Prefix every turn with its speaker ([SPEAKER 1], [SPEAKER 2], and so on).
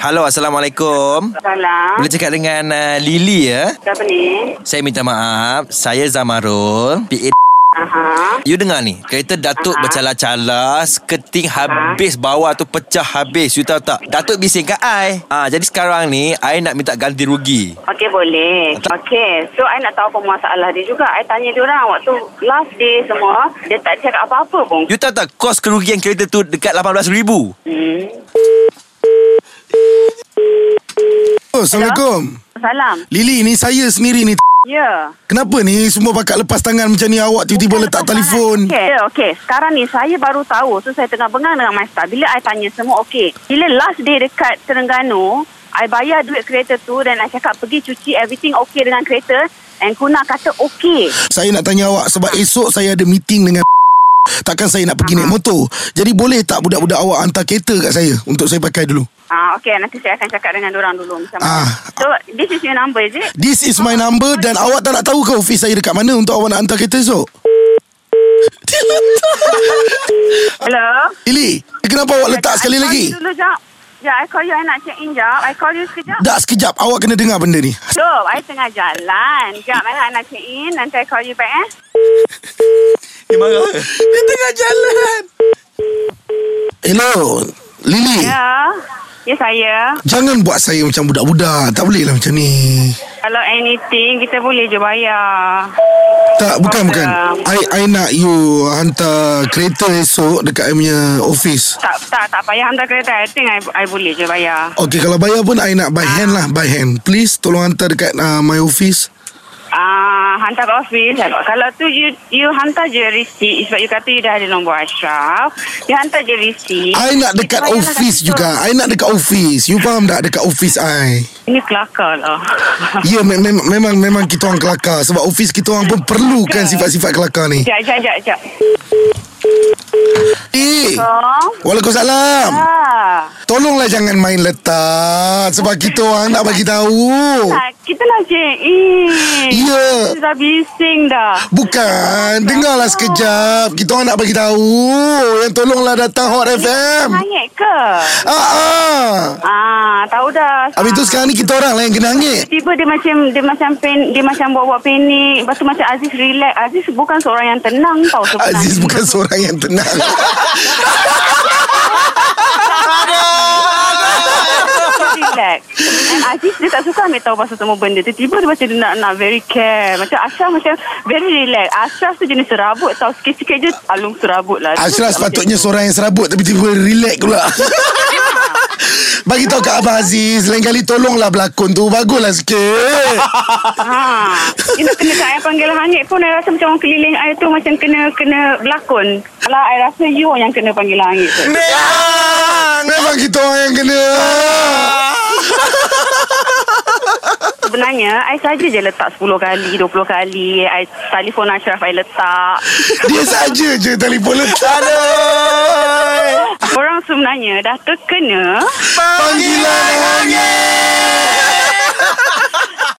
[SPEAKER 1] Halo, Assalamualaikum.
[SPEAKER 2] Salam.
[SPEAKER 1] Boleh cakap dengan uh, Lily ya?
[SPEAKER 2] Siapa ni?
[SPEAKER 1] Saya minta maaf. Saya Zamarul. PA
[SPEAKER 2] Aha.
[SPEAKER 1] You dengar ni Kereta Datuk
[SPEAKER 2] Aha.
[SPEAKER 1] bercala-cala Sketing habis Bawah tu pecah habis You tahu tak Datuk bising kat I ah, Jadi sekarang ni I nak minta ganti rugi
[SPEAKER 2] Okey boleh. Okey. So, I nak tahu apa masalah dia juga. I tanya dia orang waktu last day semua, dia tak cakap apa-apa pun.
[SPEAKER 1] You tahu tak Kos kerugian kereta tu Dekat RM18,000
[SPEAKER 2] Hmm.
[SPEAKER 3] Oh, Assalamualaikum.
[SPEAKER 2] Salam.
[SPEAKER 3] Lili, ni saya sendiri ni.
[SPEAKER 2] Ya.
[SPEAKER 3] Kenapa ni semua pakat lepas tangan macam ni awak tiba-tiba letak telefon?
[SPEAKER 2] Okey, ya, okey. Sekarang ni saya baru tahu. So, saya tengah bengang dengan my staff. Bila I tanya semua, okey. Bila last day dekat Terengganu, I bayar duit kereta tu dan I cakap pergi cuci everything okey dengan kereta. And Kuna kata okey.
[SPEAKER 3] Saya nak tanya awak sebab esok saya ada meeting dengan Takkan saya nak pergi naik motor. Jadi boleh tak budak-budak awak hantar kereta kat saya untuk saya pakai dulu?
[SPEAKER 2] Ah, okay, nanti saya akan cakap dengan orang dulu macam mana.
[SPEAKER 3] Ah.
[SPEAKER 2] So, this is your number, is it?
[SPEAKER 3] This is
[SPEAKER 2] Ah,
[SPEAKER 3] my number dan awak tak nak tahu ke office saya dekat mana untuk awak nak hantar kereta esok? Dia letak.
[SPEAKER 2] Hello?
[SPEAKER 3] Lili, kenapa awak letak
[SPEAKER 2] I
[SPEAKER 3] sekali
[SPEAKER 2] call
[SPEAKER 3] lagi?
[SPEAKER 2] you dulu, jap. Ya, I call you, I nak check in, jap. I call you sekejap.
[SPEAKER 3] Tak sekejap, awak kena dengar benda ni.
[SPEAKER 2] So, I tengah jalan. Jap, I nak, I nak check in. Nanti I call you back, eh?
[SPEAKER 1] Dia marah
[SPEAKER 3] Dia tengah jalan. Hello, Lili.
[SPEAKER 2] Ya. Ya, saya.
[SPEAKER 3] Jangan buat saya macam budak-budak. Tak boleh lah macam ni.
[SPEAKER 2] Kalau anything, kita boleh je bayar.
[SPEAKER 3] Tak,
[SPEAKER 2] Apa?
[SPEAKER 3] bukan, bukan. I, I nak you hantar kereta esok dekat I punya office.
[SPEAKER 2] Tak, tak, tak payah hantar kereta. I think I, I boleh je bayar.
[SPEAKER 3] Okay, kalau bayar pun I nak by hand lah, by hand. Please, tolong hantar dekat uh, my office.
[SPEAKER 2] Ah, hantar ke office. lah. Kalau tu you you hantar je receipt sebab you kata you dah ada nombor Ashraf. You hantar je receipt.
[SPEAKER 3] I nak dekat
[SPEAKER 2] Bayarlah
[SPEAKER 3] office
[SPEAKER 2] kat
[SPEAKER 3] juga. I nak dekat office. You faham tak dekat office I?
[SPEAKER 2] situ. Ini kelakar lah.
[SPEAKER 3] Ya, yeah, me- me- memang memang kita orang kelakar. Sebab office kita orang pun perlukan sifat-sifat kelakar ni.
[SPEAKER 2] Sekejap, sekejap, sekejap, sekejap.
[SPEAKER 3] Eh,
[SPEAKER 2] Tolong.
[SPEAKER 3] Waalaikumsalam.
[SPEAKER 2] Ah,
[SPEAKER 3] Tolonglah jangan main letak. Sebab kita orang nak bagi tahu.
[SPEAKER 2] ah, kita nak check in.
[SPEAKER 3] Ya.
[SPEAKER 2] Kita dah bising dah.
[SPEAKER 3] Bukan, dengarlah sekejap. Kita orang nak bagi tahu. Yang tolonglah datang Hot FM.
[SPEAKER 2] Hangit ke?
[SPEAKER 3] Ah, ah.
[SPEAKER 2] Ah, tahu dah.
[SPEAKER 3] Habis tu sekarang ni kita orang lah yang kena hangit.
[SPEAKER 2] Tiba dia macam dia macam pen, dia macam buat-buat panik. Lepas tu macam Aziz relax. Aziz bukan seorang yang tenang tau sebenarnya.
[SPEAKER 3] Aziz bukan seorang yang tenang.
[SPEAKER 2] relax And Aziz dia tak suka ambil tahu pasal semua benda tu Tiba dia macam dia nak, nak very care Macam Ashraf macam very relax Ashraf tu jenis serabut tau Sikit-sikit je alung serabut lah Dia tak
[SPEAKER 3] Ashraf sepatutnya
[SPEAKER 2] macam tu.
[SPEAKER 3] seorang yang serabut tapi tiba relax pula. Bagi tahu kat Abang Aziz Lain kali tolonglah berlakon tu Baguslah sikit
[SPEAKER 2] ha. Dia nak kena kat air panggil hangit pun Saya rasa macam orang keliling air tu Macam kena kena berlakon Kalau saya rasa you orang yang kena panggil hangit tu
[SPEAKER 3] Memang kita orang yang kena
[SPEAKER 2] Sebenarnya I saja je letak 10 kali 20 kali I telefon Ashraf I letak
[SPEAKER 3] Dia saja je telefon letak
[SPEAKER 2] Orang sebenarnya dah terkena
[SPEAKER 3] Panggilan hangit